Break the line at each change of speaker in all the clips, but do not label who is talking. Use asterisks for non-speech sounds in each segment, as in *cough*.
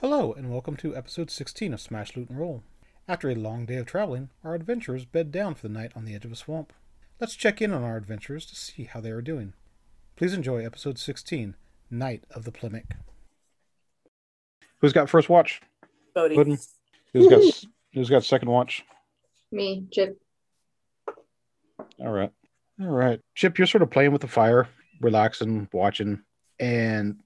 Hello, and welcome to episode 16 of Smash, Loot, and Roll. After a long day of traveling, our adventurers bed down for the night on the edge of a swamp. Let's check in on our adventurers to see how they are doing. Please enjoy episode 16 Night of the Plimic. Who's got first watch?
Bodhi.
Wooden. Who's got who's got second watch?
Me, Chip.
All right. All right. Chip, you're sort of playing with the fire, relaxing, watching. And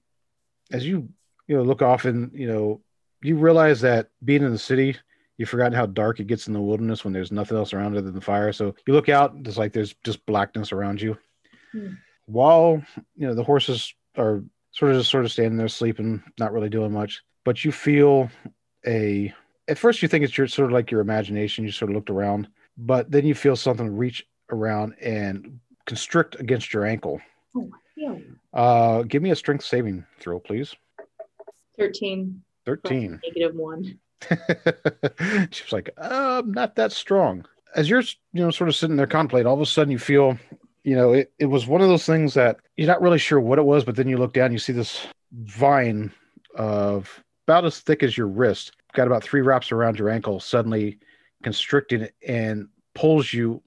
as you, you know, look off and, you know, you realize that being in the city, you've forgotten how dark it gets in the wilderness when there's nothing else around other than the fire. So you look out, it's like there's just blackness around you.
Hmm.
While, you know, the horses are sort of just sort of standing there sleeping, not really doing much, but you feel a, at first you think it's your sort of like your imagination. You sort of looked around, but then you feel something reach around and constrict against your ankle.
Yeah.
Uh, give me a strength saving throw, please.
13. plus
13.
Negative one.
*laughs* She's like, uh, I'm not that strong. As you're, you know, sort of sitting there contemplating, all of a sudden you feel, you know, it, it was one of those things that you're not really sure what it was, but then you look down, you see this vine of about as thick as your wrist, got about three wraps around your ankle, suddenly constricting and pulls you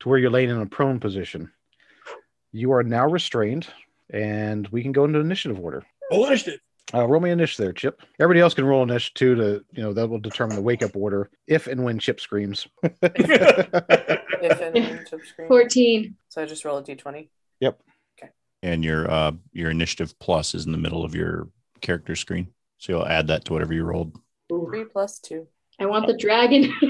to where you're laying in a prone position. You are now restrained, and we can go into initiative order.
Abolished it.
Uh, roll me an initiative there, Chip. Everybody else can roll an initiative too to, you know, that will determine the wake up order if and when Chip screams. *laughs*
If and when to the screen.
14.
So I just roll a d20.
and your uh your initiative plus is in the middle of your character screen so you'll add that to whatever you rolled
Three plus two.
I want the dragon. *laughs*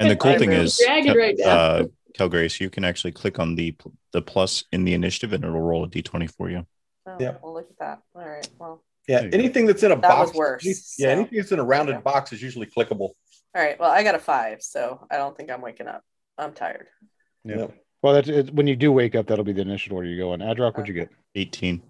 and the cool
I'm
thing
a
is
dragon
Kel-
right now.
uh Kel Grace, you can actually click on the pl- the plus in the initiative and it'll roll a d20 for you
Oh,
Yep.
Well, look at that. All right. Well,
Yeah,
There you go.
anything that's in a
That
box.
was worse,
Yeah,
so-
anything that's in a rounded
Yeah. Mm-hmm.
box is usually clickable.
all right. Well, I got a five, so I don't think I'm waking up. I'm
*laughs*
tired.
Yeah. Well, that's it, when you do wake up, that'll be the initiative order you go in. Adrock, what'd you get?
18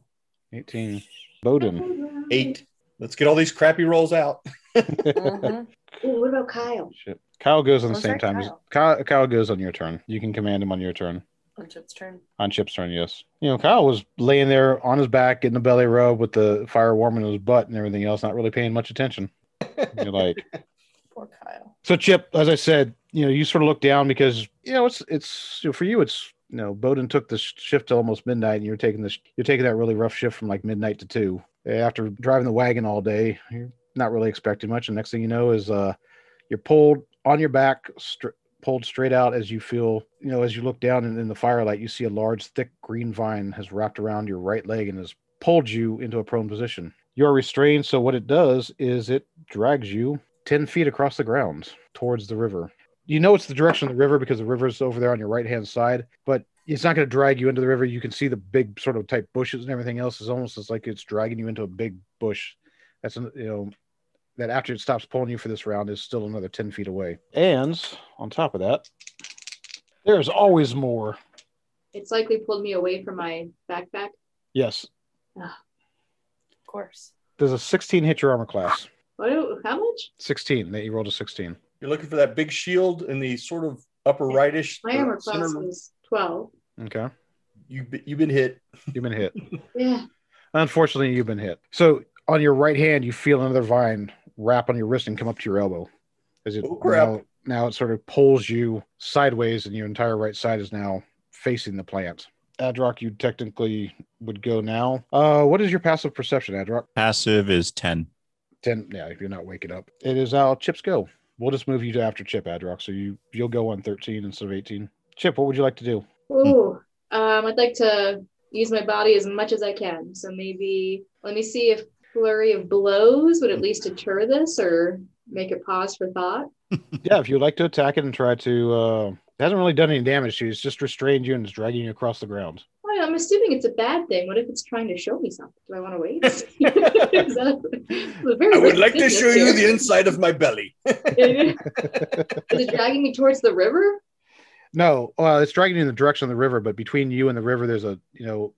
18. Bowden.
*laughs*
Eight. Let's get all these crappy rolls out. *laughs*
Mhm.
Ooh, what about Kyle?
Shit. Kyle goes on the
What's
same
that,
time. as-
Kyle?
Kyle, Kyle goes on your turn. You can command him on your turn.
On Chip's turn.
On Chip's turn, yes. You know, Kyle was laying there on his back, getting a belly rub with the fire warming his butt and everything else, not really paying much attention. You're like,
Poor Kyle.
So Chip, as I said, you know, you sort of look down because you know it's it's you know, for you it's you know Bowden took the sh- shift till almost midnight, and you're taking this you're taking that really rough shift from like midnight to two. After driving the wagon all day, you're not really expecting much. And next thing you know is uh, you're pulled on your back, str- pulled straight out as you feel you know as you look down and in the firelight, you see a large thick green vine has wrapped around your right leg and has pulled you into a prone position. You're restrained, so what it does is it drags you 10 feet across the ground towards the river. You know it's the direction of the river because the river's over there on your right hand side, but it's not going to drag you into the river. You can see the big sort of type bushes and everything else is almost as like it's dragging you into a big bush. That's, an, you know, that after it stops pulling you for this round is still another 10 feet away. And on top of that, there's always more.
It's likely pulled me away from my backpack.
Yes,
Of
*laughs*
course.
there's a 16 hit your armor class.
What? do- How much?
16 that you rolled a 16.
You're looking for that big shield in the sort of upper rightish.
My armor
uh,
class
center-
was 12.
Okay.
You, you've
*laughs*
been hit.
You've been hit.
Yeah.
Unfortunately, you've been hit. So on your right hand, you feel another vine wrap on your wrist and come up to your elbow. As it
Oh, crap.
Now, now it sort of pulls you sideways, and your entire right side is now facing the plant. Adrock, you technically would go now. Uh, what is your passive perception, Adrock?
passive is 10
Ten. Yeah, if you're not waking up, it is now Chip's go. We'll just move you to after Chip, Adrock. So you you'll go on 13 instead of 18. Chip, what would you like to
*laughs*
do?
Ooh. Um, I'd like to use my body as much as I can. So maybe let me see if flurry of blows would at least deter this or make it pause for thought.
yeah, if you'd like to attack it and try to, uh, it hasn't really done any damage to you. It's just restrained you and is dragging you across the ground.
Well, I'm assuming it's a bad thing. What if it's trying to show me something? Do I want to wait? *laughs* Is that a- a very
I would
risky
like to
business
show you
*laughs*
here. *laughs*
the inside of my belly.
Is it dragging me towards the river?
No, well, it's dragging you in the direction of the river, but between you and the river, there's a you know,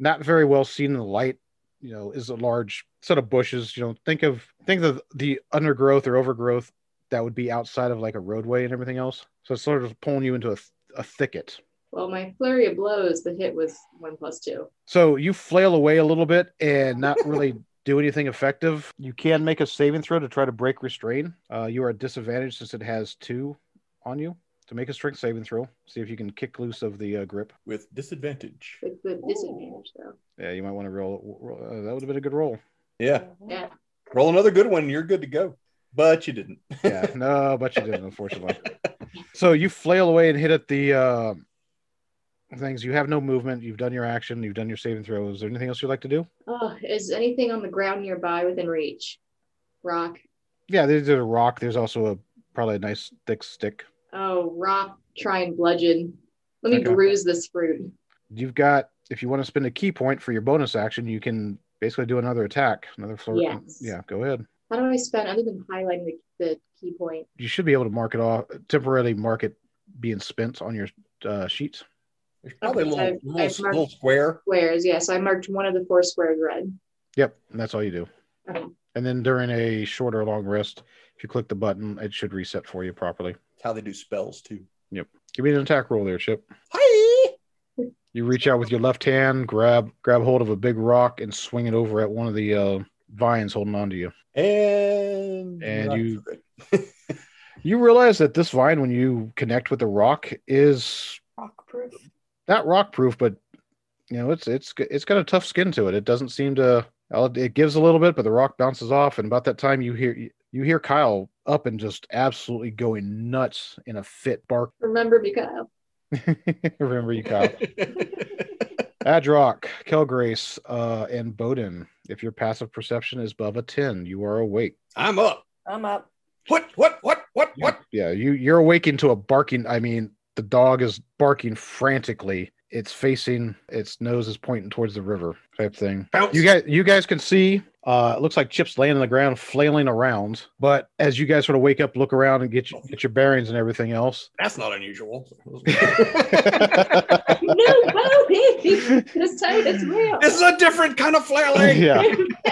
not very well seen in the light. You know, is a large set of bushes. You know, think of think of the undergrowth or overgrowth that would be outside of like a roadway and everything else. So it's sort of pulling you into a, th- a thicket.
Well, my flurry of blows, the hit was one plus two.
So you flail away a little bit and not really do anything effective, you can make a saving throw to try to break restrain. Uh, you are at disadvantage since it has two on you. To make a strength saving throw, see if you can kick loose of the uh, grip.
with disadvantage.
It's the disadvantage though.
Yeah, you might want to roll. roll uh, that would have been a good roll.
Yeah.
Yeah.
Roll another good one. You're good to go. But you didn't.
Yeah, no, but you didn't, unfortunately. so you flail away and hit at the uh, things. You have no movement. You've done your action. You've done your saving throws. Is there anything else you'd like to do?
Oh, is anything on the ground nearby within reach? Rock.
Yeah, there's a rock. There's also a probably a nice thick stick.
Oh, rock. Try and bludgeon. Let me
Okay.
bruise this fruit.
You've got if you want to spend a key point for your bonus action, you can basically do another attack, another flirt.
Yes.
Yeah, go ahead.
How do I spend other than highlighting the, the key point?
You should be able to mark it off temporarily. Mark it being spent on your uh, sheets.
There's probably a
Okay,
little,
I've- I've
little,
marked-
little square.
Squares. Yes, I marked one of the four squares red.
Yep, and that's all you do.
Okay.
And then during a short or long rest, if you click the button, it should reset for you properly.
It's how they do spells too.
Give me an attack roll there, Chip.
Hi.
You reach out with your left hand, grab grab hold of a big rock, and swing it over at one of the uh, vines holding onto you.
And
And
not
you-
good.
You realize that this vine, when you connect with the rock, is
Rock proof.
not rock proof, but you know it's it's it's got a tough skin to it. It doesn't seem to. It gives a little bit, but the rock bounces off, and about that time you hear you hear Kyle up and just absolutely going nuts in a fit bark.
Remember, Mikhail.
*laughs* Remember you, Kyle.
*laughs*
Adrock, Kelgrace, uh, and Bowden. If your passive perception is above a 10, you are awake.
I'm up.
I'm up.
What? What? What? What? What?
Yeah, you, you're awakened to a barking. I mean, the dog is barking frantically. It's facing its nose is pointing towards the river type thing.
Bounce.
You guys you guys can see uh it looks like Chip's laying on the ground flailing around. But as you guys sort of wake up, look around and get your, get your bearings and everything else. *laughs*
That's not unusual.
no, no, this time it's real.
this is a different kind of
*laughs*
*laughs*
flailing.
yeah.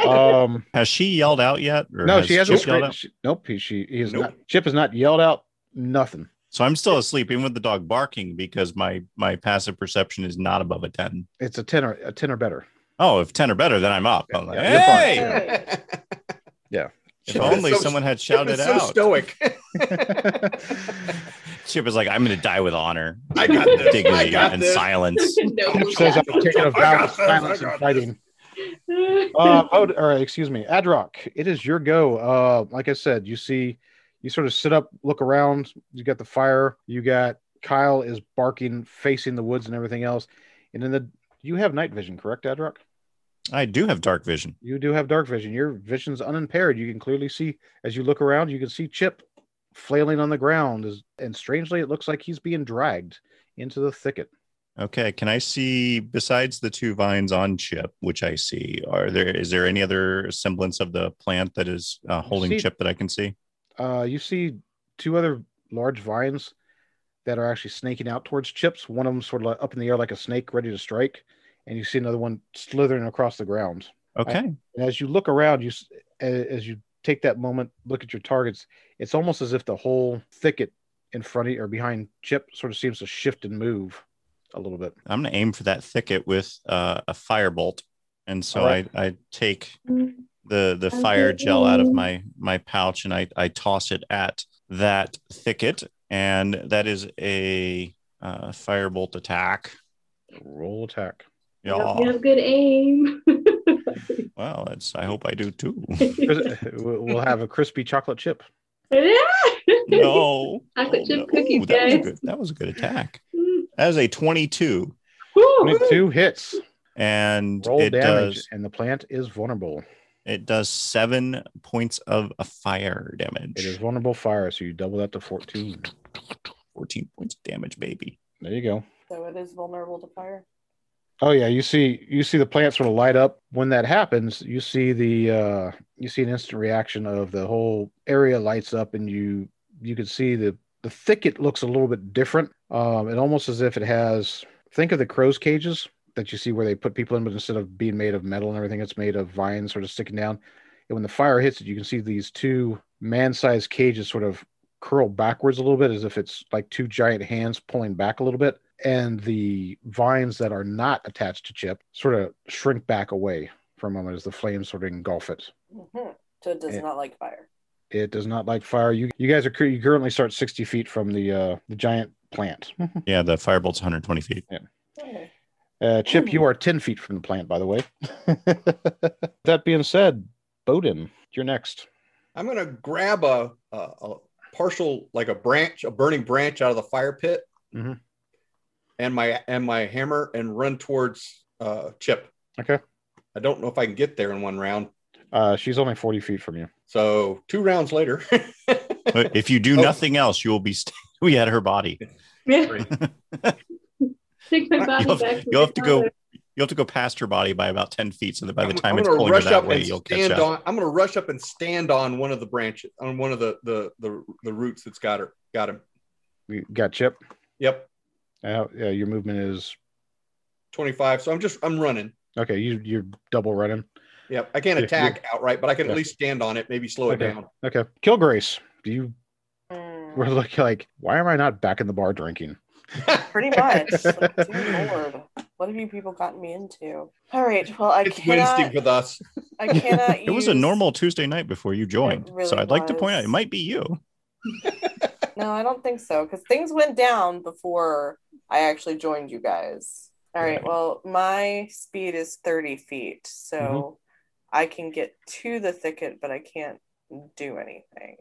Um
Has she yelled out yet? or
no,
has
she
Chip
hasn't.
yelled
screamed.
out?
She- nope, he, she he is
Nope.
not. Chip has not yelled out nothing.
So I'm still asleep, even with the dog barking, because my my passive perception is not above a ten.
It's a ten or a ten or better.
Oh, if ten or better, then I'm up. I'm Oh, like,
Yeah, you're fine.
hey!
Yeah.
If
Chip is
only
so-
someone had shouted
so
out.
stoic. *laughs*
Chip is like, I'm going to die with honor,
I got this.
dignity,
I got
and
this. *laughs*
silence.
*laughs*
*laughs*
no,
Chip says, "I'm taking a
I
vow
got
of
this, I
silence and
got
fighting."
Mikhail.
Uh, oh, or excuse me, Adrock. It is your go. Uh, like I said, you see, you sort of sit up, look around. You got the fire. You got Kyle is barking, facing the woods and everything else. And then the you have night vision, correct, Adrock?
I do have dark vision.
You do have dark vision. Your vision's unimpaired. You can clearly see as you look around. You can see Chip flailing on the ground, is- and strangely, it looks like he's being dragged into the thicket.
Okay, can I see besides the two vines on Chip, which I see? Are there is there any other semblance of the plant that is uh, holding
see-
Chip that I can see?
Uh, you see two other large vines that are actually snaking out towards Chip's. One of them sort of like up in the air like a snake, ready to strike, and you see another one slithering across the ground.
Okay,
And as you look around, you s- a- as you take that moment, look at your targets. It's almost as if the whole thicket in front of you or behind Chip sort of seems to shift and move a little bit.
I'm going to aim for that thicket with uh, a firebolt, and so
All right.
I I take the the fire gel out of my my pouch and I I toss it at that thicket, and that is a uh, firebolt attack.
Roll attack.
Yeah.
You have good aim.
Well, that's. I hope I do too.
*laughs*
Cris- *laughs* we'll we'll have a crispy chocolate chip.
no.
Chocolate
Oh,
chip
no.
cookies,
Ooh, that was a
guys.
good. That was a good attack. That is a 22,
Two hits.
and
Roll
it
damage,
does
and the plant is vulnerable.
it does seven points of a fire
It is
damage.
vulnerable fire, so you double that to 14.
14 points of damage, baby.
There you go.
So it is vulnerable to fire.
Oh yeah, you see you see the plant sort of light up. When that happens, you see the uh you see an instant reaction of the whole area lights up and you you can see the the thicket looks a little bit different. Um it almost as if it has think of the crow's cages that you see where they put people in, but instead of being made of metal and everything, it's made of vines sort of sticking down. And when the fire hits it, you can see these two man-sized cages sort of curl backwards a little bit as if it's like two giant hands pulling back a little bit and the vines that are not attached to chip sort of shrink back away for a moment as the flames sort of engulf it.
Mhm. So it does
Yeah.
not like fire.
It does not like fire. You you guys are cur- you currently start sixty feet from the uh, the giant plant.
Yeah, the firebolt's 120 feet.
Okay.
Uh, Chip, you are ten feet from the plant, by the way. *laughs* that being said, Bowden, you're next.
I'm gonna grab a, a, a partial, like a branch, a burning branch out of the fire pit,
Mhm.
and my and my hammer, and run towards uh, Chip.
Okay.
I don't know if I can get there in one round.
Uh, she's only forty feet from you.
So two rounds later, *laughs*
But if you do
Oh.
nothing else, you will be *laughs* staring at her body.
Yeah. *laughs* Take my body
You'll have-
back.
you'll have to
my
go-
father.
You'll have to go past her body by about 10 feet, so that by the
I'm-
time
I'm
it's
gonna
pulling her
rush
that
up
way,
and
you'll catch
stand
up.
on. I'm gonna rush up and stand on one of the branches, on one of the the the, the roots that's got her, got him.
You got Chip.
Yep,
Uh, yeah, your movement is
25. So I'm just I'm running.
okay. You you're double running.
Yep, I can't
Yeah,
attack outright, but I can
Yeah.
at least stand on it, maybe slow it
Okay.
down.
Okay, Kilgrace, do you
Mm,
were looking like why am I not back in the bar drinking?
pretty much. Like,
*laughs*
dear Lord, what have you people gotten me into? All right. Well, I
it's
cannot.
Wednesday with us.
I cannot.
*laughs* It was a
use-
normal Tuesday night before you joined, so
really
I'd like to point out
was.
it might be you.
No, I don't think so because things went down before I actually joined you guys. All right.
Right.
Well, my speed is 30 feet, so
Mm-hmm.
I can get to the thicket, but I can't do anything.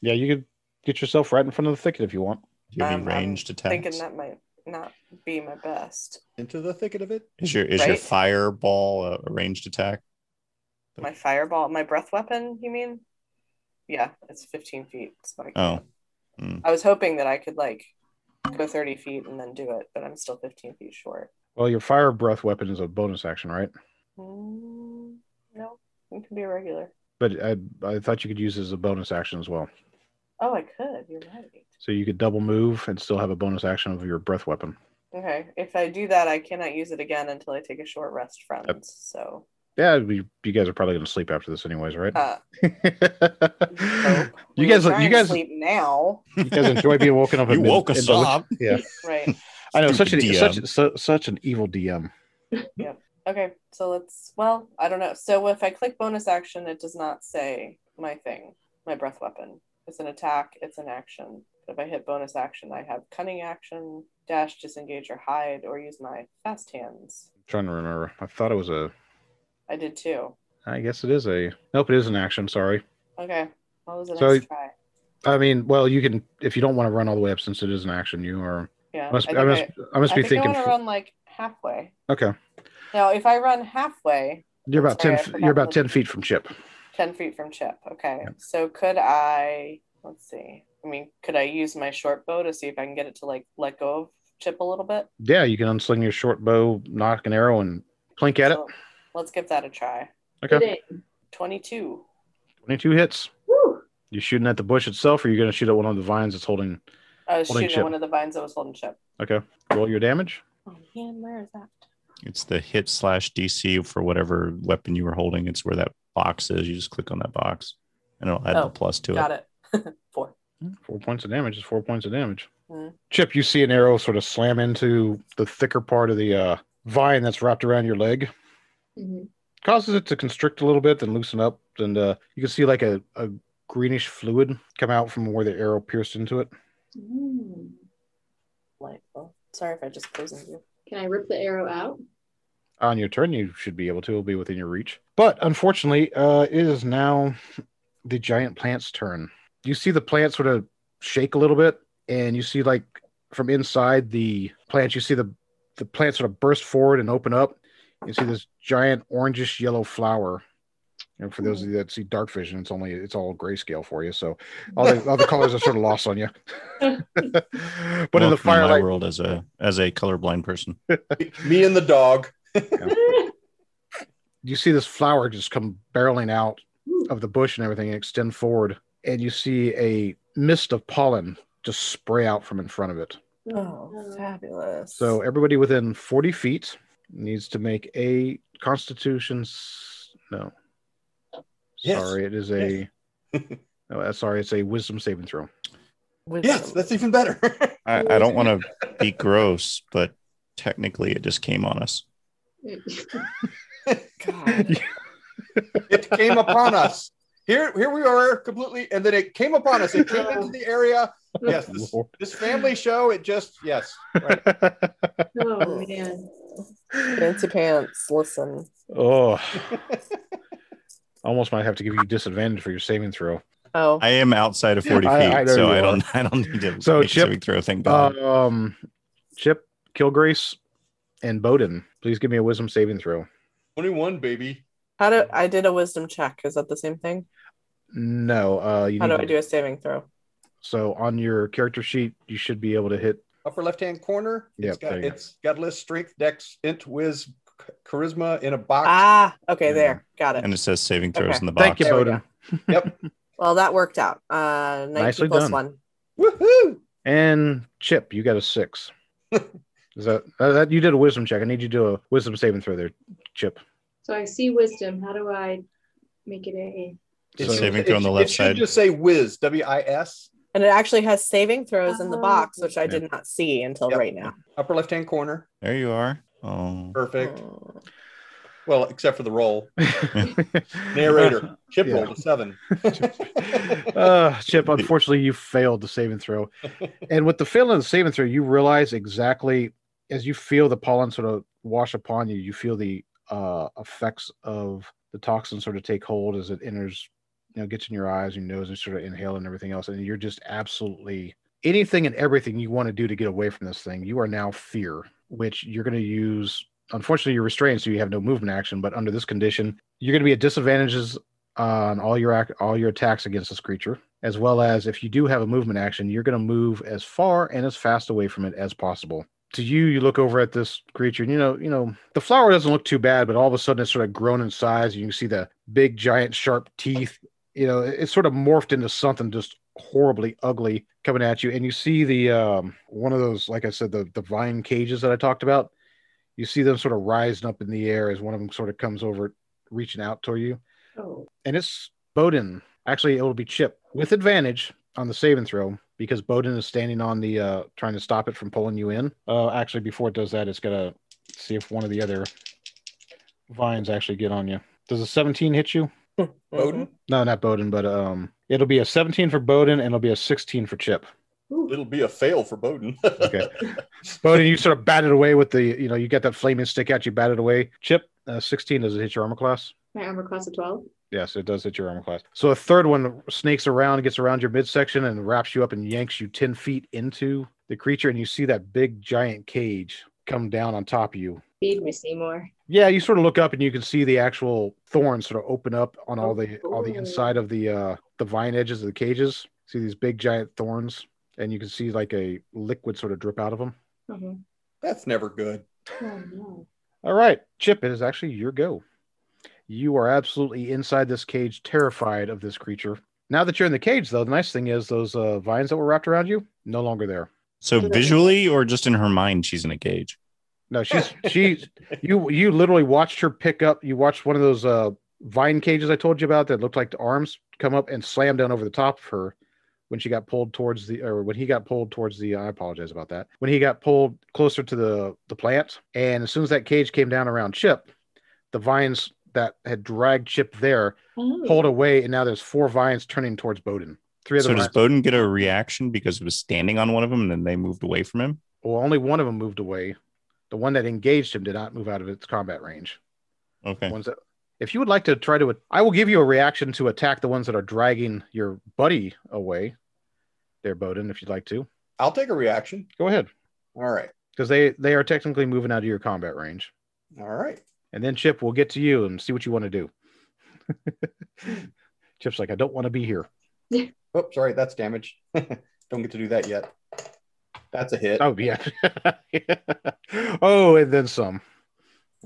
Yeah, you could get yourself right in front of the thicket if you want.
Do you have any
Um, I'm
ranged
Thinking
attacks?
that might not be my best.
Into the thicket of it.
Is your is your
Right?
fireball a- a ranged attack?
My fireball, my breath weapon, you mean? Yeah, it's 15 feet. So I,
Oh,
can't.
Hmm.
I was hoping that I could like go 30 feet and then do it, but I'm still 15 feet short.
Well, your fire breath weapon is a bonus action, right?
Mm, no, it can be a regular.
But I I thought you could use it as a bonus action as well.
Oh, I could. You're right.
So you could double move and still have a bonus action of your breath weapon.
Okay. If I do that, I cannot use it again until I take a short rest, friends. So,
Yeah, we, you guys are probably going to sleep after this, anyways, right?
uh, so we
you
were
guys,
trying
you
to
guys,
sleep now,
*laughs* you guys enjoy being woken up. at
you
mid-
woke
in
us
the-
up.
*laughs*
right?
I know such an e,
Stupid
such
DM.
su- such an evil DM.
Okay. So let's. Well, I don't know. So if I click bonus action, it does not say my thing, my breath weapon. It's an attack. It's an action. If I hit bonus action, I have cunning action, dash, disengage, or hide, or use my fast hands.
I'm trying to remember. I thought it was a.
I did too.
I guess it is a. Nope, it is an action. Sorry.
Okay. What was the
So-
next try?
I mean, well, you can if you don't want to run all the way up since it is an action. You are.
Yeah.
I must.
I
I,
think
must.
I-
I must
I
be
think
thinking.
I want
f-
to run like halfway.
Okay,
Now, if I run halfway,
you're about
Sorry, I
ten. f-
forgot
You're about
the-
ten feet from Chip.
ten feet from Chip. Okay,
Yep.
so could I? Let's see. I mean, could I use my short bow to see if I can get it to like let go of Chip a little bit?
Yeah, you can unsling your short bow, knock an arrow, and plink at it.
So, let's give that a try.
Okay,
Today.
Twenty-two.
twenty-two hits.
Woo.
You shooting at the bush itself, or you're going to shoot at one of the vines that's holding?
I was
Holding
shooting
Chip.
at one of the vines that was holding Chip.
Okay, roll your damage.
Oh man, where is that?
It's the hit slash DC for whatever weapon you were holding. It's where that box is. You just click on that box, and it'll add
Oh,
the plus to
Got
it.
it. *laughs* Four.
Four points of damage is four points of damage.
Mhm.
Chip, you see an arrow sort of slam into the thicker part of the uh, vine that's wrapped around your leg,
Mhm.
causes it to constrict a little bit, then loosen up, and uh, you can see like a, a greenish fluid come out from where the arrow pierced into it.
Mm.
Delightful. Oh, Sorry if I just poisoned you.
Can I rip the arrow out?
On your turn, you should be able to. It'll be within your reach. But unfortunately, uh, it is now the giant plant's turn. You see the plant sort of shake a little bit, and you see like from inside the plant, you see the the plant sort of burst forward and open up. You see this giant orangish yellow flower. And for those of you that see dark vision, it's only it's all grayscale for you. So all the all the colors are sort of lost on you. *laughs* but in the
Welcome to my
firelight,
world as a as a colorblind person.
Me and the dog.
you see this flower just come barreling out
Ooh.
of the bush and everything and extend forward and you see a mist of pollen just spray out from in front of it
Oh, fabulous.
so everybody within 40 feet needs to make a constitution s- no
Yes.
sorry it is a *laughs* no uh, sorry it's a wisdom saving throw
Yes, that's even better. *laughs*
I, I don't want to be *laughs* gross, but technically, it just came on us.
Mm.
*laughs*
God.
It came upon us. Here, here we are completely, and then it came upon us. It came into the area. *laughs*
*laughs*
Yes, this,
Lord.
this family show. It just yes. Right.
*laughs* Oh man.
Fancy pants, listen.
*laughs*
oh, almost might have to give you disadvantage for your saving throw.
Oh,
I am outside of 40 feet,
I- I know
so
you
I
are.
don't I don't need to
So,
make a
Chip,
saving throw thing.
Um, Chip, Kilgrace, and Bowden, please give me a wisdom saving throw.
Twenty-one, baby.
how do I did a wisdom check? Is that the same thing?
No, uh, you
How do
need
I do a saving throw?
so on your character sheet, you should be able to hit.
Upper left-hand corner.
Yep,
it's got
there you go.
it's got list strength, dex, int, whiz, ch- charisma in a box.
Ah, okay, there, got it.
and it says saving throws
Okay.
in the box.
uh, Thank you,
There we
Bowden.
Well, that worked out. Uh, 19
Nicely
plus
done.
one.
Woohoo!
And Chip, you got a six. Is that, uh, that you did a wisdom check? I need you to do a wisdom saving throw there, Chip.
So I see wisdom. How do I make it a?
It
So-
should-
Saving throw on
it
the
should-
left
it
side.
should just say whiz, W-I-S,
And it actually has saving throws in the
Oh.
box, which I did not see until
Yep.
right now.
upper left-hand corner.
There you are. Oh,
Perfect.
Oh.
Well, except for the roll.
*laughs* Narrator.
Narrator. Chip
Yeah. *laughs*
rolled a seven.
uh, Chip, unfortunately, you failed the saving throw. And with the failing of the saving throw, you realize exactly as you feel the pollen sort of wash upon you, you feel the uh, effects of the toxin sort of take hold as it enters, you know, gets in your eyes, your nose, and sort of inhale and everything else. And you're just absolutely anything and everything you want to do to get away from this thing. You are now fear, which you're going to use. Unfortunately, you're restrained, so you have no movement action. But under this condition, you're going to be at disadvantages on all your ac- all your attacks against this creature, as well as if you do have a movement action, you're going to move as far and as fast away from it as possible. To you, you look over at this creature, and you know, you know, the flower doesn't look too bad, but all of a sudden it's sort of grown in size, and you can see the big, giant, sharp teeth. You know, it- it's sort of morphed into something just horribly ugly coming at you, and you see the um, one of those, like I said, the the vine cages that I talked about. You see them sort of rising up in the air as one of them sort of comes over, reaching out toward you
Oh,
and it's Bowden. Actually, it will be Chip with advantage on the saving throw because Bowden is standing on the uh, trying to stop it from pulling you in. Uh, actually, before it does that, it's gonna see if one of the other vines actually get on you. Does a 17 hit you?
Bowden,
No, not Bowden, but um, it'll be a 17 for Bowden and it'll be a 16 for Chip.
Ooh.
it'll be a fail for Bowden.
Okay. Bowden, you sort of batted away with the, you know, you got that flaming stick out, you batted away. Chip, uh, 16 does it hit your armor class?
my armor class of twelve.
Yes, it does hit your armor class. So a third one snakes around, gets around your midsection, and wraps you up and yanks you 10 feet into the creature. And you see that big giant cage come down on top of you.
Feed me, Seymour.
Yeah, you sort of look up and you can see the actual thorns sort of open up on all the all the inside of the uh the vine edges of the cages. See these big giant thorns, and you can see like a liquid sort of drip out of them.
Uh-huh.
*laughs* That's never good.
Oh no.
All right, Chip, it is actually your go. You are absolutely inside this cage, terrified of this creature. Now that you're in the cage, though, the nice thing is those uh, vines that were wrapped around you no longer there.
so visually or just in her mind, she's in a cage.
No, she's she's you you literally watched her pick up. You watched one of those uh, vine cages I told you about that looked like the arms come up and slam down over the top of her when she got pulled towards the or when he got pulled towards the. uh, I apologize about that. When he got pulled closer to the the plant, and as soon as that cage came down around Chip, the vines that had dragged Chip there
Oh.
pulled away, and now there's four vines turning towards Bowden. Three of
So
them.
does Bowden get a reaction because he was standing on one of them and then they moved away from him?
well, only one of them moved away. The one that engaged him did not move out of its combat range.
Okay.
ones that if you would like to try to i will give you a reaction to attack the ones that are dragging your buddy away there bowden if you'd like to
I'll take a reaction.
go ahead
All right.
because they they are technically moving out of your combat range
All right.
and then chip we'll get to you and see what you want to do *laughs* chip's like i don't want to be here
Oops, Oh, sorry, that's damage. *laughs* Don't get to do that yet. That's a hit.
oh yeah *laughs* oh and then some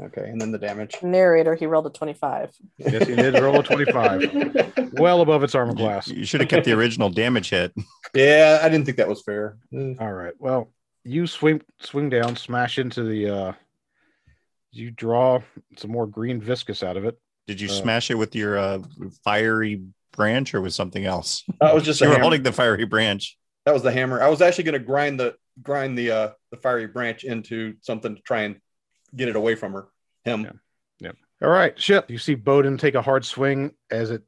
Okay, and then the damage.
Narrator, he rolled
*laughs*
a *laughs* 25.
yes he did roll a 25 *laughs*
*laughs*
well above its armor class
You, you should have kept the original damage hit.
Yeah, I didn't think that was fair. Mm.
All right. Well, you swing swing down, smash into the uh you draw some more green viscous out of it.
Did you
Uh.
smash it with your uh, fiery branch or with something else?
That was just a
you were
hammer.
holding the fiery branch.
That was the hammer. I was actually going to grind the grind the uh the fiery branch into something to try and get it away from her. Him.
Yeah. Yep. All right, ship. You see Bowden take a hard swing as it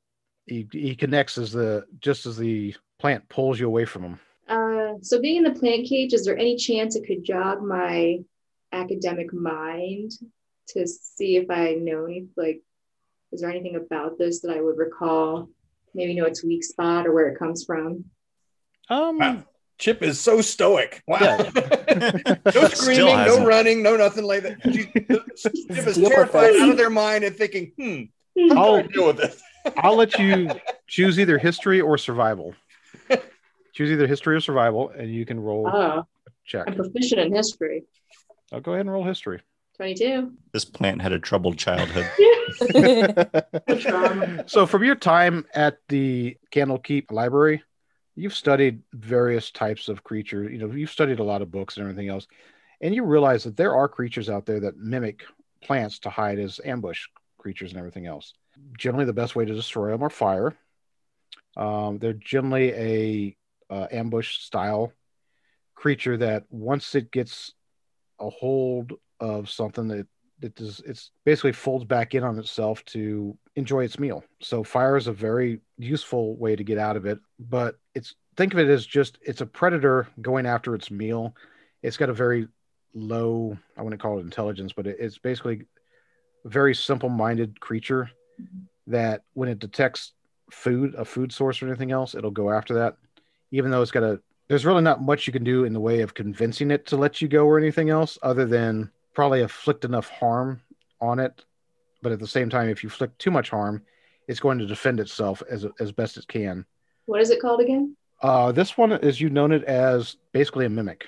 he, he connects as the just as the plant pulls you away from him.
Uh, so being in the plant cage, is there any chance it could jog my academic mind to see if I know any like is there anything about this that I would recall? Maybe know its weak spot or where it comes from.
Um,
Wow. Chip is so stoic. Wow. *laughs* *laughs* no
Still
screaming, no
hasn't.
running, no nothing like that. She- Chip is
Deal with
terrified
it.
out of their mind and thinking, hmm, how do I *laughs*
I'll
deal with this?
I'll let you choose either history or survival. choose either history or survival, and you can roll a
Oh,
check.
I'm proficient in history.
I'll go ahead and roll history.
22.
this plant had a troubled childhood.
Trauma.
so from your time at the candlekeep library you've studied various types of creatures you know you've studied a lot of books and everything else and you realize that there are creatures out there that mimic plants to hide as ambush creatures and everything else generally the best way to destroy them are fire um, they're generally a uh, ambush style creature that once it gets a hold of something that it does it's basically folds back in on itself to enjoy its meal so fire is a very useful way to get out of it but it's think of it as just it's a predator going after its meal it's got a very low i wouldn't call it intelligence but it, it's basically a very simple minded creature that when it detects food a food source or anything else it'll go after that even though it's got a there's really not much you can do in the way of convincing it to let you go or anything else other than probably afflict enough harm on it but at the same time if you inflict too much harm it's going to defend itself as, as best it can
What is it called again?
uh, this one is you've known it as basically a mimic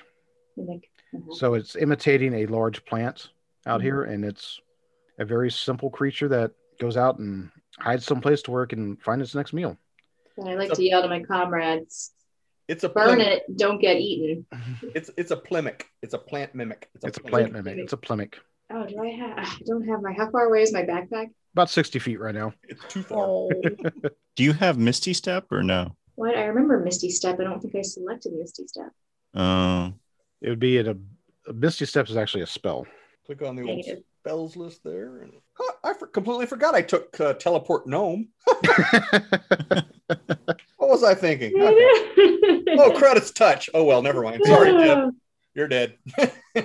I'm like, uh-huh.
so it's imitating a large plant out
Mhm.
here and it's a very simple creature that goes out and hides someplace to where it can find its next meal
And Uh-huh. I like to yell to my comrades,
It's a
burn
plimic.
it, don't get eaten.
It's it's a plimic. It's a plant mimic.
it's a plant
plimic.
mimic it's a plimic
Oh, do I have? I don't have my. How far away is my backpack?
about 60 feet right now
It's too far.
Oh,
Do you have Misty Step or no?
what? I remember Misty Step. I don't think I selected Misty Step.
Uh,
it would be at a, a misty steps is actually a spell
Click on the old
Negative.
spells list there. And, huh, I for, completely forgot I took uh, teleport gnome. *laughs* What was I thinking? Okay. *laughs* Oh, credits touch. Oh well, never mind. Sorry, Jim. You're dead.
So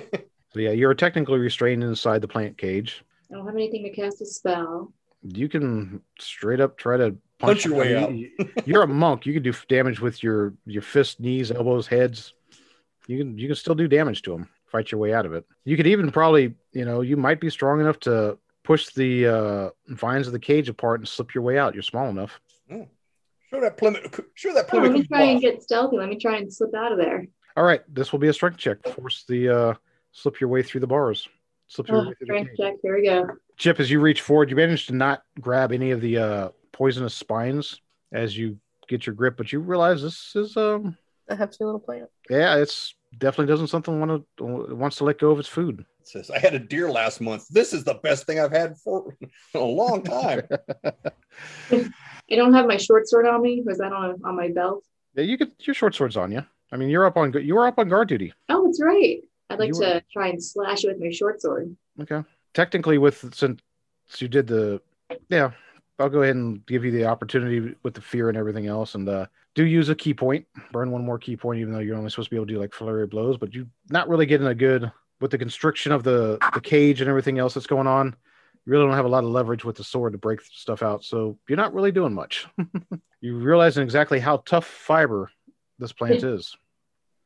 yeah, you're technically restrained inside the plant cage.
*laughs* I don't have anything to cast a spell.
You can straight up try to
Punch your way
out.
*laughs*
you're a monk. You can do damage with your your fists, knees, elbows, heads. You can you can still do damage to them. Fight your way out of it. You could even probably you know you might be strong enough to push the uh, vines of the cage apart and slip your way out. You're small enough.
Hmm. Show that plimic. Show that
Oh, let
plimic.
me
a
try and
bluff.
get stealthy. Let me try and slip out of there.
All right, this will be a strength check. Force the uh, slip your way through the bars. Slip your
Oh,
way through the
strength
cage.
check. Here we go.
Chip, as you reach forward, you manage to not grab any of the uh, poisonous spines as you get your grip, but you realize this is um
I have two little plants.
yeah, it's definitely doesn't something want to wants to let go of its food.
It says, I had a deer last month. This is the best thing I've had for *laughs* a long time.
I don't have my short sword on me. Was that on on my belt?
Yeah, you get your short swords on you. I mean, you're up on you were up on guard duty.
Oh, that's right. I'd like
You
to try and slash it with my short sword.
Okay, technically, with since you did the yeah, I'll go ahead and give you the opportunity with the fear and everything else, and uh, do use a key point, burn one more key point, even though you're only supposed to be able to do like flurry of blows, but you're not really getting a good with the constriction of the the cage and everything else that's going on. You really don't have a lot of leverage with the sword to break stuff out, so you're not really doing much. *laughs* you realizing exactly how tough fiber this plant is,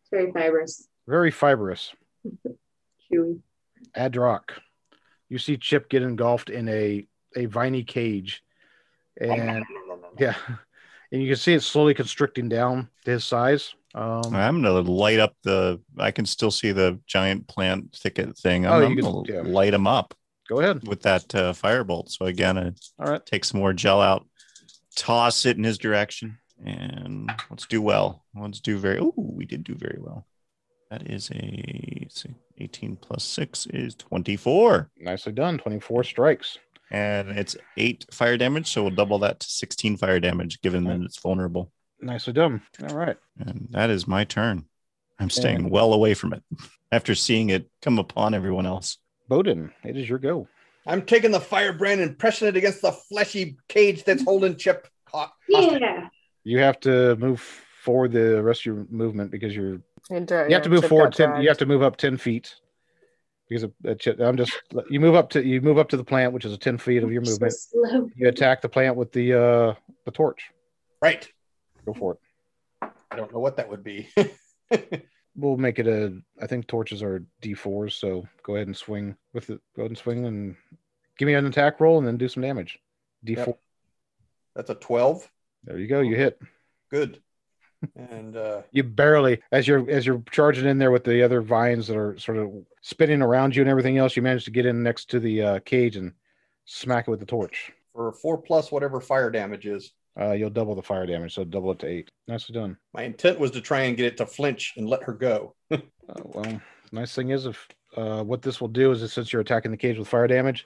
It's very fibrous,
very fibrous.
chewy.
Adrock. You see Chip get engulfed in a a viney cage, and yeah, and you can see it slowly constricting down to his size. Um,
I'm gonna light up the. I can still see the giant plant thicket thing. I'm,
Oh, you
I'm
can-
gonna
yeah.
light them up
Go ahead.
with that uh, firebolt. So again, I
All right.
take some more gel out, toss it in his direction, and let's do well. Let's do very. Oh, we did do very well. That is a see, 18 plus six is 24,
Nicely done. Twenty four strikes.
and it's eight fire damage. So we'll double that to 16 fire damage, given that it's vulnerable.
Nicely done. All right.
And that is my turn. I'm staying *laughs* well away from it after seeing it come upon everyone else.
Bowden, it is your go.
I'm taking the firebrand and pressing it against the fleshy cage that's holding Chip. ho- hostage.
Yeah.
You have to move forward the rest of your movement because you're
Endure,
you have to move forward ten. You have to move up ten feet because of, that chip, I'm just you move up to you move up to the plant, which is a ten feet of your
So
movement.
slow.
You attack the plant with the uh the torch.
Right.
Go for it.
I don't know what that would be. *laughs*
We'll make it a. I think torches are d4s, so go ahead and swing with it. Go ahead and swing and give me an attack roll, and then do some damage. D4.
Yep. that's a 12.
There you go. You hit.
Good. And uh,
you barely as you're as you're charging in there with the other vines that are sort of spinning around you and everything else you manage to get in next to the uh, cage and smack it with the torch
for four plus whatever fire damage is,
uh, you'll double the fire damage so double it to eight nicely done
my intent was to try and get it to flinch and let her go.
uh, well nice thing is if uh, what this will do is that since you're attacking the cage with fire damage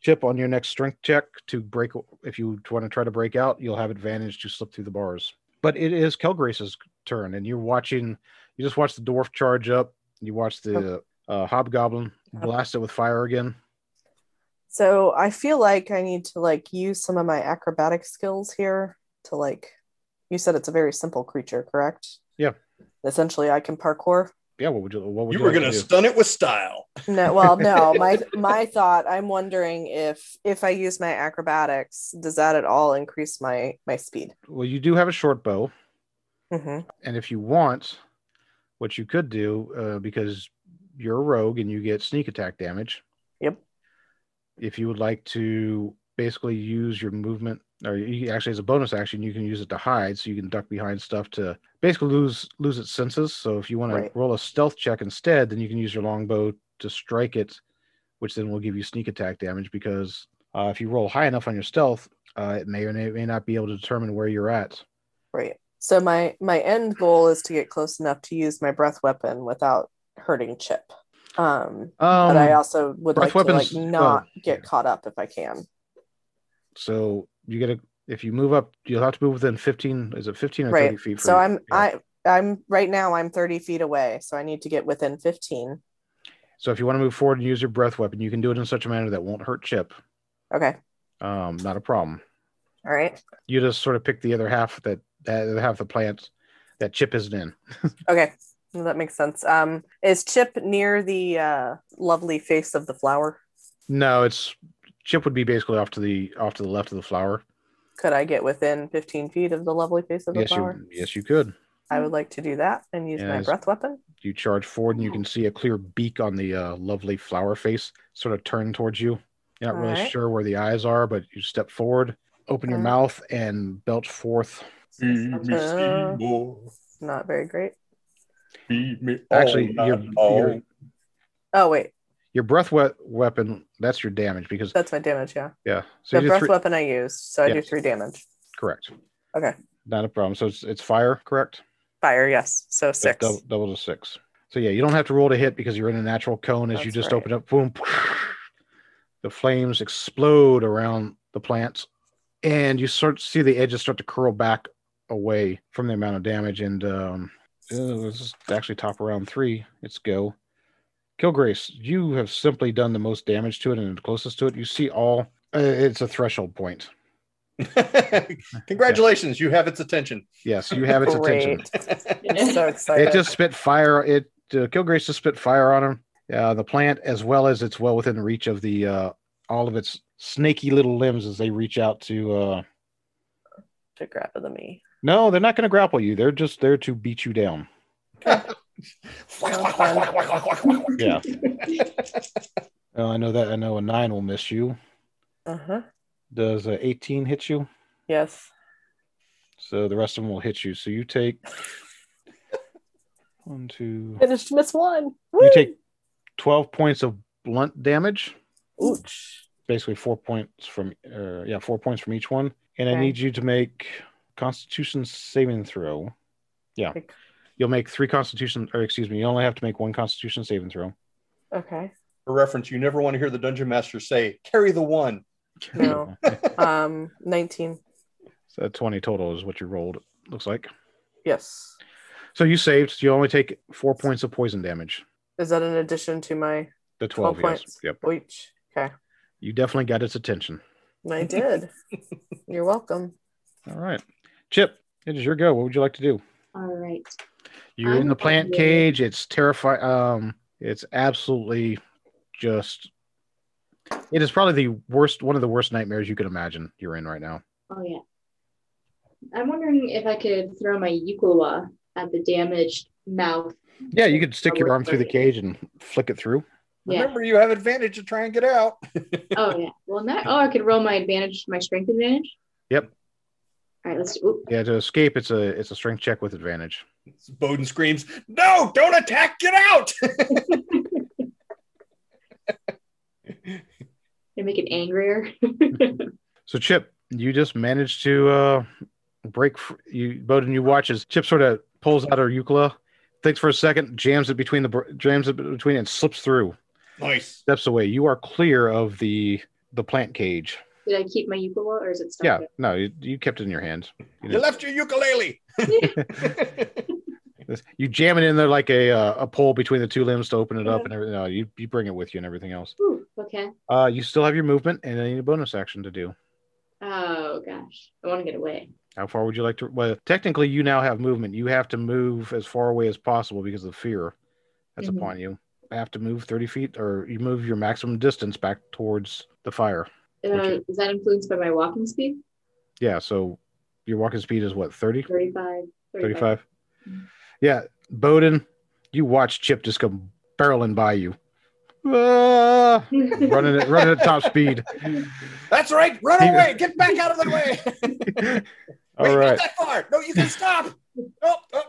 chip on your next strength check to break if you want to try to break out you'll have advantage to slip through the bars but it is kelgrace's turn and you're watching you just watch the dwarf charge up you watch the uh, hobgoblin blast it with fire again
So I feel like I need to like use some of my acrobatic skills here to like. You said it's a very simple creature, correct?
Yeah.
Essentially, I can parkour.
Yeah, what would you? What would
You
you,
were
like
going to
do?
stun it with style.
No,
*laughs*
well, no. My my thought. I'm wondering if if I use my acrobatics, does that at all increase my my speed?
well, you do have a short bow,
hmm
and if you want, what you could do uh, because you're a rogue and you get sneak attack damage.
Yep.
If you would like to basically use your movement, or you, actually as a bonus action, you can use it to hide, so you can duck behind stuff to basically lose lose its senses. So if you want
Right.
to roll a stealth check instead, then you can use your longbow to strike it, which then will give you sneak attack damage because uh, if you roll high enough on your stealth, uh, it may or may may not be able to determine where you're at.
Right. So my my end goal is to get close enough to use my breath weapon without hurting Chip. Um,
Um,
but I also would
breath
like to like
weapons-
not
well,
get
yeah.
caught up if I can.
so you get a if you move up, you'll have to move within fifteen. Is it fifteen or thirty
Right.
feet?
So
you?
I'm
Yeah.
I I'm right now I'm 30 feet away, so I need to get within 15.
So if you want to move forward and use your breath weapon, you can do it in such a manner that won't hurt Chip.
Okay.
Um, not a problem.
All right.
You just sort of pick the other half that that other half of the plant that Chip isn't in.
Okay. Well, that makes sense. Um, is Chip near the uh, lovely face of the flower?
No, it's Chip would be basically off to the off to the left of the flower.
Could I get within 15 feet of the lovely face of the
Yes,
flower?
you yes you could.
I would like to do that and use my
Yes.
breath weapon.
You charge forward and you
Hmm.
can see a clear beak on the uh, lovely flower face sort of turned towards you. You're not
All
really
right.
sure where the eyes are, but you step forward, open your
Uh.
mouth, and belch forth.
Feed me,
Uh,
Mm-hmm. Seymour.
Not very great.
Feed me all
Actually,
night
your, your
long.
Oh wait,
your breath wet weapon that's your damage because
that's my damage. Yeah,
yeah. So you
the
do
breath
three-
weapon I used, so I do
Yes.
three damage.
correct.
Okay.
Not a problem. So it's, it's fire, correct?
Fire, yes. So
That's
six.
Double, double to six. So yeah, you don't have to roll to hit because you're in a natural cone. As you
That's
just
right.
open up, boom, *laughs* the flames explode around the plants, and you start to see the edges start to curl back away from the amount of damage. And um, uh, this is actually top around three. It's go. Kilgrace, you have simply done the most damage to it and the closest to it. You see all. Uh, it's a threshold point.
*laughs* Congratulations, you have
*laughs*
its attention.
Yes, you have its attention.
*laughs*
*laughs*
Great. I'm so excited.
it just spit fire. It uh, Kilgrace just spit fire on him. Uh, the plant, as well as it's well within reach of the uh, all of its snaky little limbs as they reach out to. Uh...
to grab the me.
No, they're not going to grapple you. They're just there to beat you down. Yeah. Oh, I know that. I know a nine will miss you.
Uh huh.
Does a eighteen hit you?
Yes.
So the rest of them will hit you. So you take one, two.
Finished miss one.
You take twelve points of blunt damage.
Ouch.
basically four points from uh, yeah four points from each one and i
Okay.
need you to make constitution saving throw yeah
Okay.
you'll make three constitution or excuse me you only have to make one constitution saving throw
Okay.
For reference, you never want to hear the dungeon master say, carry the one.
No. Um, 19.
so 20 total is what you rolled it looks like
Yes.
so you saved you only take four points of poison damage
Is that an addition to my
the 12,
12
yes
points.
yep
Ouch. Okay.
You definitely got its attention.
I
*laughs*
did. You're welcome.
All right. Chip, it is your go. What would you like to do?
All right.
You're in
I'm
the plant
going-
cage. It's terrifying. Um, it's absolutely just. It is probably the worst, one of the worst nightmares you could imagine. You're in right now.
Oh yeah. I'm wondering if I could throw my Yukawa at the damaged mouth.
Yeah, you could stick your
Probably
arm through the
thirty.
cage and flick it through.
Yeah.
Remember, you have advantage to try and get out.
*laughs*
oh yeah. Well, not. Oh, I could roll my advantage, my strength advantage.
Yep.
All right. Let's. do- oop.
Yeah, to escape, it's a it's a strength check with advantage.
Bowden screams, "No! Don't attack! Get out!" *laughs*
Gonna make it angrier. *laughs*
So Chip, you just managed to uh break. Fr- you Bowden, you watch as Chip sort of pulls out her eucla, thinks for a second, jams it between the br- jams it between, and slips through.
Nice.
Steps away. You are clear of the the plant cage.
Did I keep my Yukawa or is it stuck?
Yeah,
there?
no, you, you kept it in your hand. You,
You
know,
left your ukulele.
you jam it in there like a uh, a pole between the two limbs to open it up and everything. No, you you bring it with you and everything else.
*laughs* Ooh, okay.
Uh, you still have your movement and any bonus action to do.
Oh gosh, I want to get away.
How far would you like to? Well, technically, you now have movement. You have to move as far away as possible because of the fear that's
Mhm.
upon you. You have to move 30 feet or you move your maximum distance back towards the fire.
Uh,
Okay.
Is that influenced by my walking speed?
Yeah. So your walking speed is what, 30,
35. 35.
35? Yeah. Bowden, you watch Chip just come barreling by you, Ah! running, at, running at top speed.
That's right. Run
Yeah.
away. Get back out of the *laughs* way. Wait,
*laughs* All right.
*laughs* Not that far. No, you can stop. Oh, oh.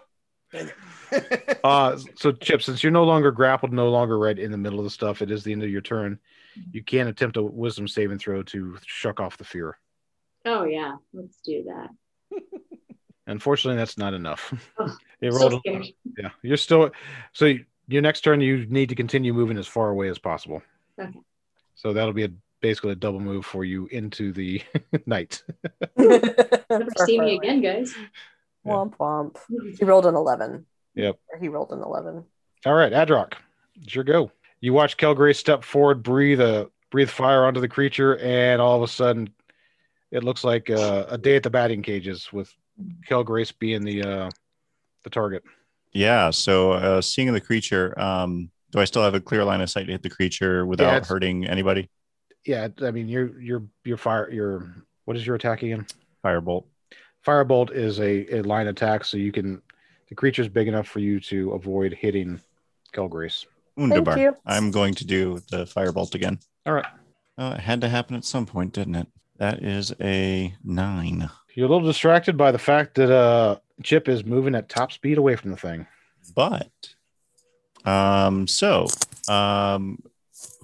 Dang it. *laughs*
Uh, so Chip, since you're no longer grappled, no longer right in the middle of the stuff, it is the end of your turn. You can attempt a wisdom saving throw to shuck off the fear.
*laughs* oh yeah, let's do that.
Unfortunately, that's not enough.
Oh,
It
So
rolled.
scary.
yeah, you're still. So your next turn, you need to continue moving as far away as possible.
Okay.
So that'll be a, basically a double move for you into the *laughs* night.
*laughs* Never see me
*laughs*
again, guys. *laughs*
Womp womp. He rolled an 11.
Yep.
Or he rolled an 11.
All right, Adrock, it's your go. You watch Kelgray step forward, breathe a breathe fire onto the creature, and all of a sudden, it looks like uh, a day at the batting cages with Kelgrace being the uh, the target.
Yeah. So uh, seeing the creature, um, do I still have a clear line of sight to hit the creature
Yeah,
without
it's-
hurting anybody?
Yeah, I mean, your your your fire your what is your attack again?
Firebolt.
Firebolt is a, a line attack, so you can the creature's big enough for you to avoid hitting Kelgrace.
Undabar.
you.
I'm going to do the firebolt again.
All right.
Oh, it had to happen at some point, didn't it? That is a nine.
You're a little distracted by the fact that uh, Chip is moving at top speed away from the thing.
But um, so um,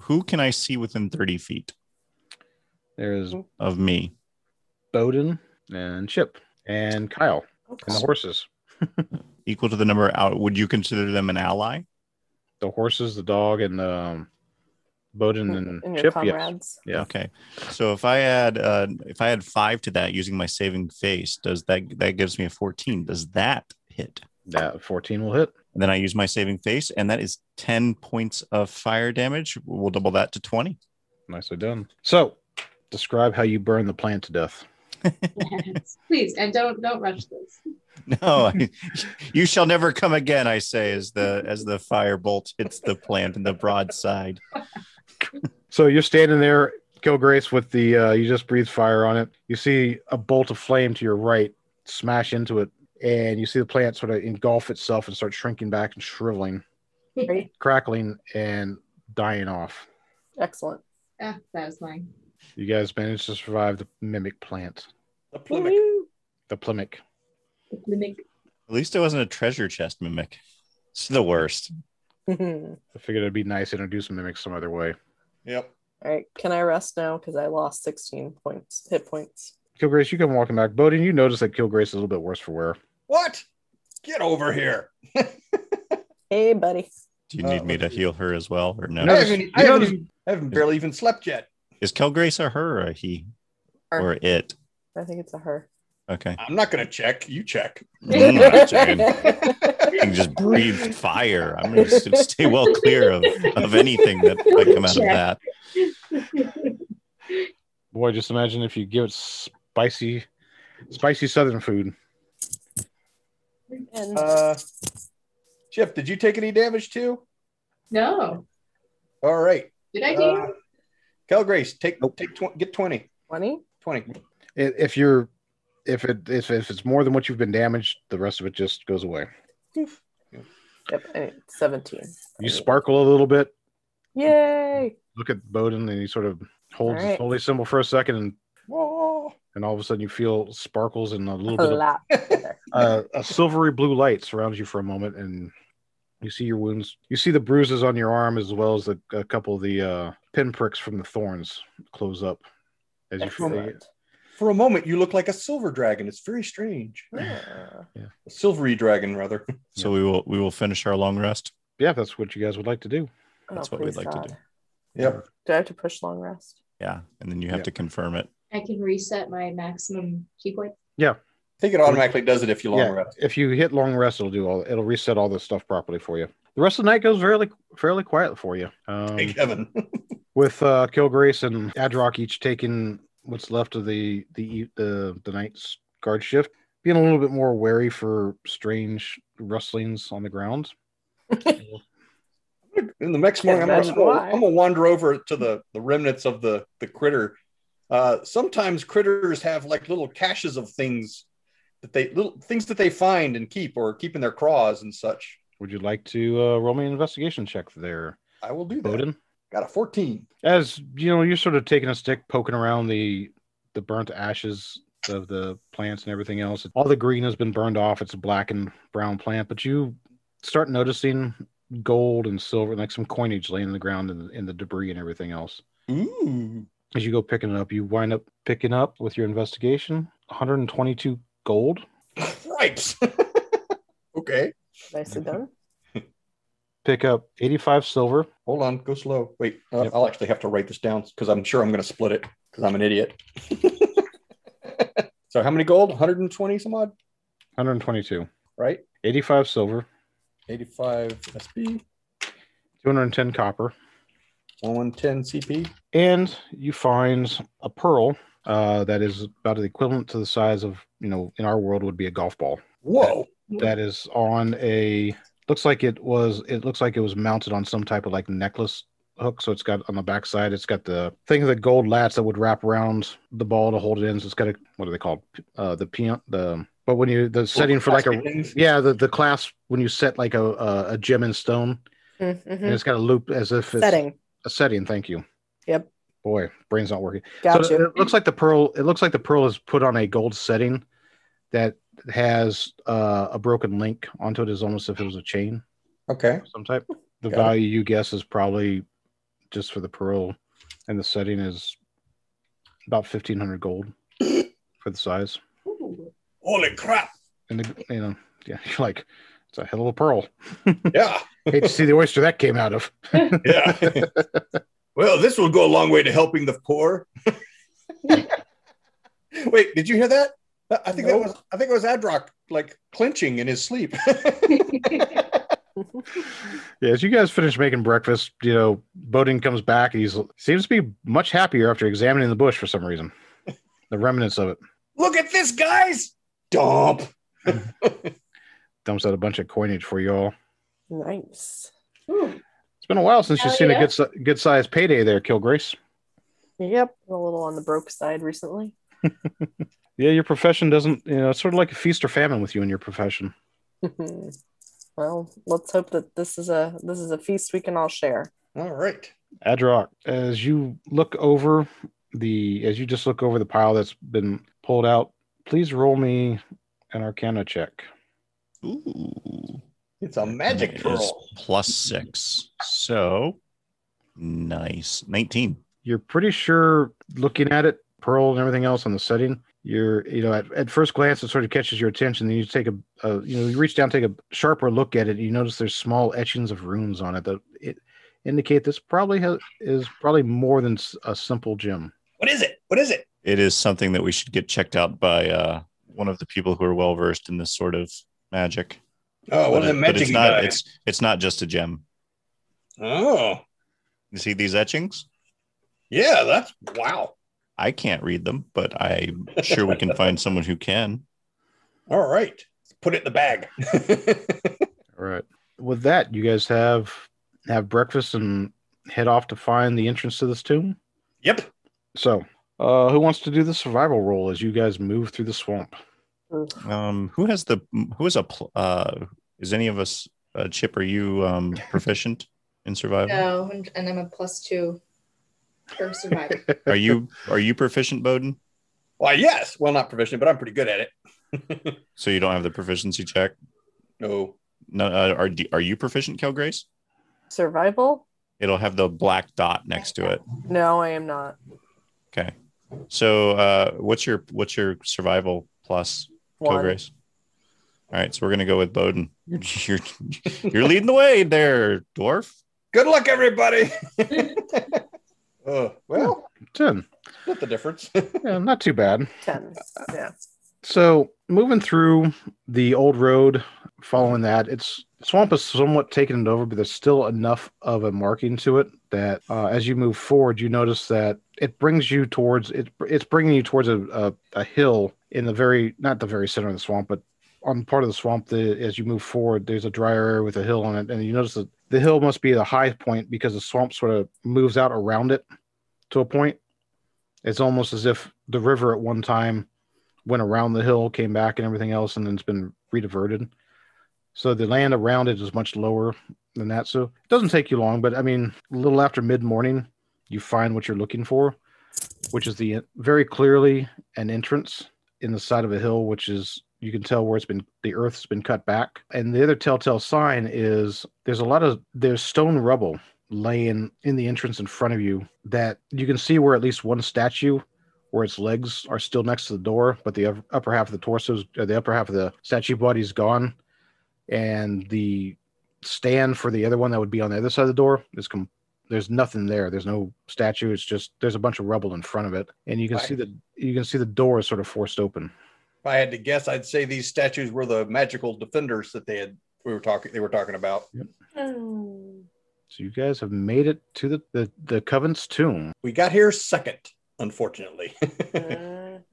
who can I see within 30 feet
There's
of me?
Bowden and Chip and Kyle and the
Okay.
horses.
Equal to the number out. Would you consider them an ally?
The horses, the dog, and um, Bowden and,
And your
Chip. Yes.
comrades.
Yeah.
Okay. So if I add uh, if I add five to that using my saving face, does that that gives me a 14? Does that hit?
That 14 will hit.
And then I use my saving face, and that is 10 points of fire damage. We'll double that to 20.
Nicely done. So, describe how you burn the plant to death.
Yes. Please, and don't don't rush this.
*laughs* No, *laughs* you shall never come again. I say as the as the firebolt hits the plant in the broadside.
So you're standing there, Kilgrace, with the uh, you just breathe fire on it. You see a bolt of flame to your right smash into it, and you see the plant sort of engulf itself and start shrinking back and shriveling,
Great.
crackling, and dying off.
Excellent. *laughs*
Ah, satisfying.
You guys managed to survive the mimic plant,
The plummet.
the plimic.
The mimic.
At least it wasn't a treasure chest mimic. It's the worst.
All
I figured it'd be nice to introduce mimics some other way.
Yep.
right. Can I rest now? Because I lost 16 points, hit points.
Kilgrace, you come walking back. Bowden, you notice that Kilgrace is a little bit worse for wear.
What? Get over here.
Hey, buddy.
Do you
Uh,
need me to
let's see.
heal her as well, or no?
No.
I haven't, I
you
haven't
notice-
even- I haven't barely even slept yet.
Is Kelgrace a her or a he
Her.
or it?
I think it's
*laughs*
a her.
Okay. Mm,
I'm not going to check. You *laughs* check.
I'm
Mm,
not checking.
All
and just breathe fire. I'm going to stay well clear of, of anything that might come out of that.
Boy, just imagine if you give it spicy, spicy Southern food.
*laughs* And
Uh, Chip, did you take any damage too?
*laughs* No.
All right.
Did I do?
Uh, Cal Grace, take
Nope.
take tw- get 20.
20?
20.
I- If you're, if it, if, if it's more than what you've been damaged, the rest of it just goes away.
Yep, I need 17.
You sparkle a little bit.
Yay!
Look at Bowden, and he sort of holds
All right.
his holy symbol for a second, and
Whoa.
and all of a sudden you feel sparkles and a little
A
bit of
lot.
*laughs*
uh, a silvery blue light surrounds you for a moment, and you see your wounds. You see the bruises on your arm, as well as the, a couple of the uh, pinpricks from the thorns close up as you feel.
Excellent. For a moment, you look like a silver dragon. It's very strange.
Yeah.
A silvery dragon, rather. *laughs*
So we will we will finish our long rest.
Yeah, if that's what you guys would like to do.
That's
Oh,
what we'd
please
like to
God.
do.
Yep.
Do I have to push long rest?
Yeah, and then you have
Yeah.
to confirm it.
I can reset my maximum key point.
I think it automatically does it if you long
yeah,
rest.
if you hit long rest, it'll do all. It'll reset all this stuff properly for you. The rest of the night goes fairly fairly quiet for you. Um,
Thank *laughs* heaven.
with uh, Kilgrace and Adrock each taking what's left of the the the, the night's guard shift, being a little bit more wary for strange rustlings on the ground.
And the next morning, I'm
Can't
gonna,
imagine why.
I'm gonna wander over to the the remnants of the the critter. Uh, sometimes critters have like little caches of things that they little things that they find and keep or keep in their craws and such.
Would you like to uh, roll me an investigation check there,
I will do that.
Bowden?
Got a 14.
As you know, you're sort of taking a stick, poking around the the burnt ashes of the plants and everything else. All the green has been burned off. It's a black and brown plant, but you start noticing gold and silver, like some coinage laying in the ground in the, in the debris and everything else.
Ooh.
as you go picking it up, you wind up picking up with your investigation 122 gold.
Cripes. *laughs* okay.
Nicely done.
Pick up 85 silver.
Hold on. Go slow. Wait. Uh,
Yep.
I'll actually have to write this down because I'm sure I'm gonna split it because I'm an idiot. *laughs* so how many gold? 120 some odd,
122.
right?
85 silver.
85 SP,
210 copper.
110 CP.
And you find a pearl uh, that is about the equivalent to the size of, you know, in our world would be a golf ball.
Whoa.
That is on a looks like it was it looks like it was mounted on some type of like necklace hook. So it's got on the backside, it's got the thing of the gold lats that would wrap around the ball to hold it in. So it's got a what are they called? Uh the peon the but when you the setting for like a
Things.
yeah, the, the clasp when you set like a a, a gem in stone and
Mhm.
it's got a loop as if it's
Setting.
a setting, thank you.
Yep.
Boy, brain's not working.
Got
So
you.
it looks like the pearl. It looks like the pearl is put on a gold setting that has uh, a broken link onto it, as almost if it was a chain
Okay.
of some type. The
Got it.
value you guess is probably just for the pearl, and the setting is about fifteen hundred
*coughs*
gold for the size.
*laughs* Ooh.
Holy crap.
And the, you know, yeah, *laughs* you're like it's a hell of a pearl.
Yeah.
Hate to see the oyster that came out of.
*laughs* Yeah. well, this will go a long way to helping the poor. *laughs* Wait, did you hear that? I- I think
Nope.
that was I think it was Adrock like clinching in his sleep. *laughs*
Yeah, as you guys finish making breakfast, you know, Bowden comes back. He seems to be much happier after examining the bush for some
*laughs*
reason, the remnants of it.
Look at this, guys. Dump.
Dumps out a bunch of coinage for you all.
Nice.
Ooh.
It's been a while since you've
Hell
seen
yeah.
a good si- good sized payday there, Kilgrace.
Yep. A little on the broke side recently.
Yeah, your profession doesn't, you know, it's sort of like a feast or famine with you in your profession.
well, let's hope that this is a this is a feast we can all share.
All right.
Adrock, as you look over the, as you just look over the pile that's been pulled out, please roll me an Arcana check.
Ooh.
It's a
It
magic
is
pearl.
plus six. So nice. 19.
you're pretty sure looking at it, Pearl and everything else on the setting, you're, you know, at, at first glance, it sort of catches your attention. Then you take a, a, you know, you reach down, take a sharper look at it. You notice there's small etchings of runes on it that it indicate this probably has, is probably more than s- a simple gem.
What is it? What is it?
It is something that we should get checked out by uh, one of the people who are well versed in this sort of magic.
Oh, what
But
is it?
it- but
Magic
it's not
guy.
it's it's not just a gem.
Oh,
You see these etchings?
yeah. That's wow.
I can't read them, but I'm
*laughs*
sure we can find someone who can.
All right. Put it in the bag. *laughs*
All right. With that, you guys have have breakfast and head off to find the entrance to this tomb.
yep.
So, uh, who wants to do the survival roll as you guys move through the swamp?
Um, who has the who has a pl- uh, is any of us uh, Chip? Are you um, proficient in survival?
No, and, and I'm a plus two for survival.
Are you are you proficient, Bowden?
Why, yes. Well, not proficient, but I'm pretty good at it.
So you don't have the proficiency check.
No.
No, uh, are are you proficient, Kel Grace?
Survival?
It'll have the black dot next to it.
No, I am not.
Okay. So uh, what's your what's your survival plus Kel
One.
Grace? All right, so we're gonna go with Bowden. *laughs* You're you're, you're leading the way there, dwarf.
Good luck, everybody. *laughs* oh, well,
*laughs* Ten.
not the difference. *laughs*
Yeah, not too bad.
Ten. Yeah.
So moving through the old road, following that, it's swamp is somewhat taken it over, but there's still enough of a marking to it that uh, as you move forward, you notice that it brings you towards it. It's bringing you towards a, a, a hill in the very not the very center of the swamp, but on part of the swamp. The, as you move forward, there's a drier area with a hill on it, and you notice that the hill must be the high point because the swamp sort of moves out around it to a point. It's almost as if the river at one time went around the hill, came back, and everything else, and then it's been rediverted. So the land around it is much lower than that. So it doesn't take you long, but I mean, a little after mid morning, you find what you're looking for, which is the very clearly an entrance in the side of a hill, which is you can tell where it's been the earth's been cut back. And the other telltale sign is there's a lot of there's stone rubble laying in the entrance in front of you that you can see where at least one statue where its legs are still next to the door, but the up- upper half of the torso, uh, the upper half of the statue body is gone, and the stand for the other one that would be on the other side of the door is com- there's nothing there. There's no statue. It's just there's a bunch of rubble in front of it, and you can
Right.
see the you can see the door is sort of forced open.
if I had to guess, I'd say these statues were the magical defenders that they had we were talking they were talking about.
So you guys have made it to the the, the covenant's tomb.
We got here second, unfortunately.
*laughs*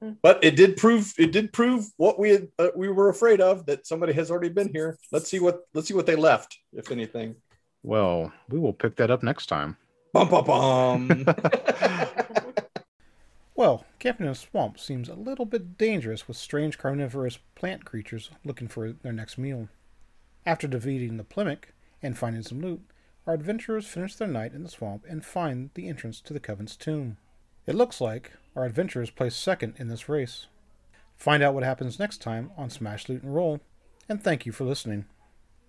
Mhm.
*laughs* but it did prove it did prove what we had, uh, we were afraid of that somebody has already been here. Let's see what let's see what they left, if anything.
Well, we will pick that up next time.
Bum bum bum.
Well, camping in a swamp seems a little bit dangerous with strange carnivorous plant creatures looking for their next meal. After defeating the Plimic and finding some loot, our adventurers finish their night in the swamp and find the entrance to the Coven's tomb. It looks like our adventurers place second in this race. Find out what happens next time on Smash Loot and Roll, and thank you for listening.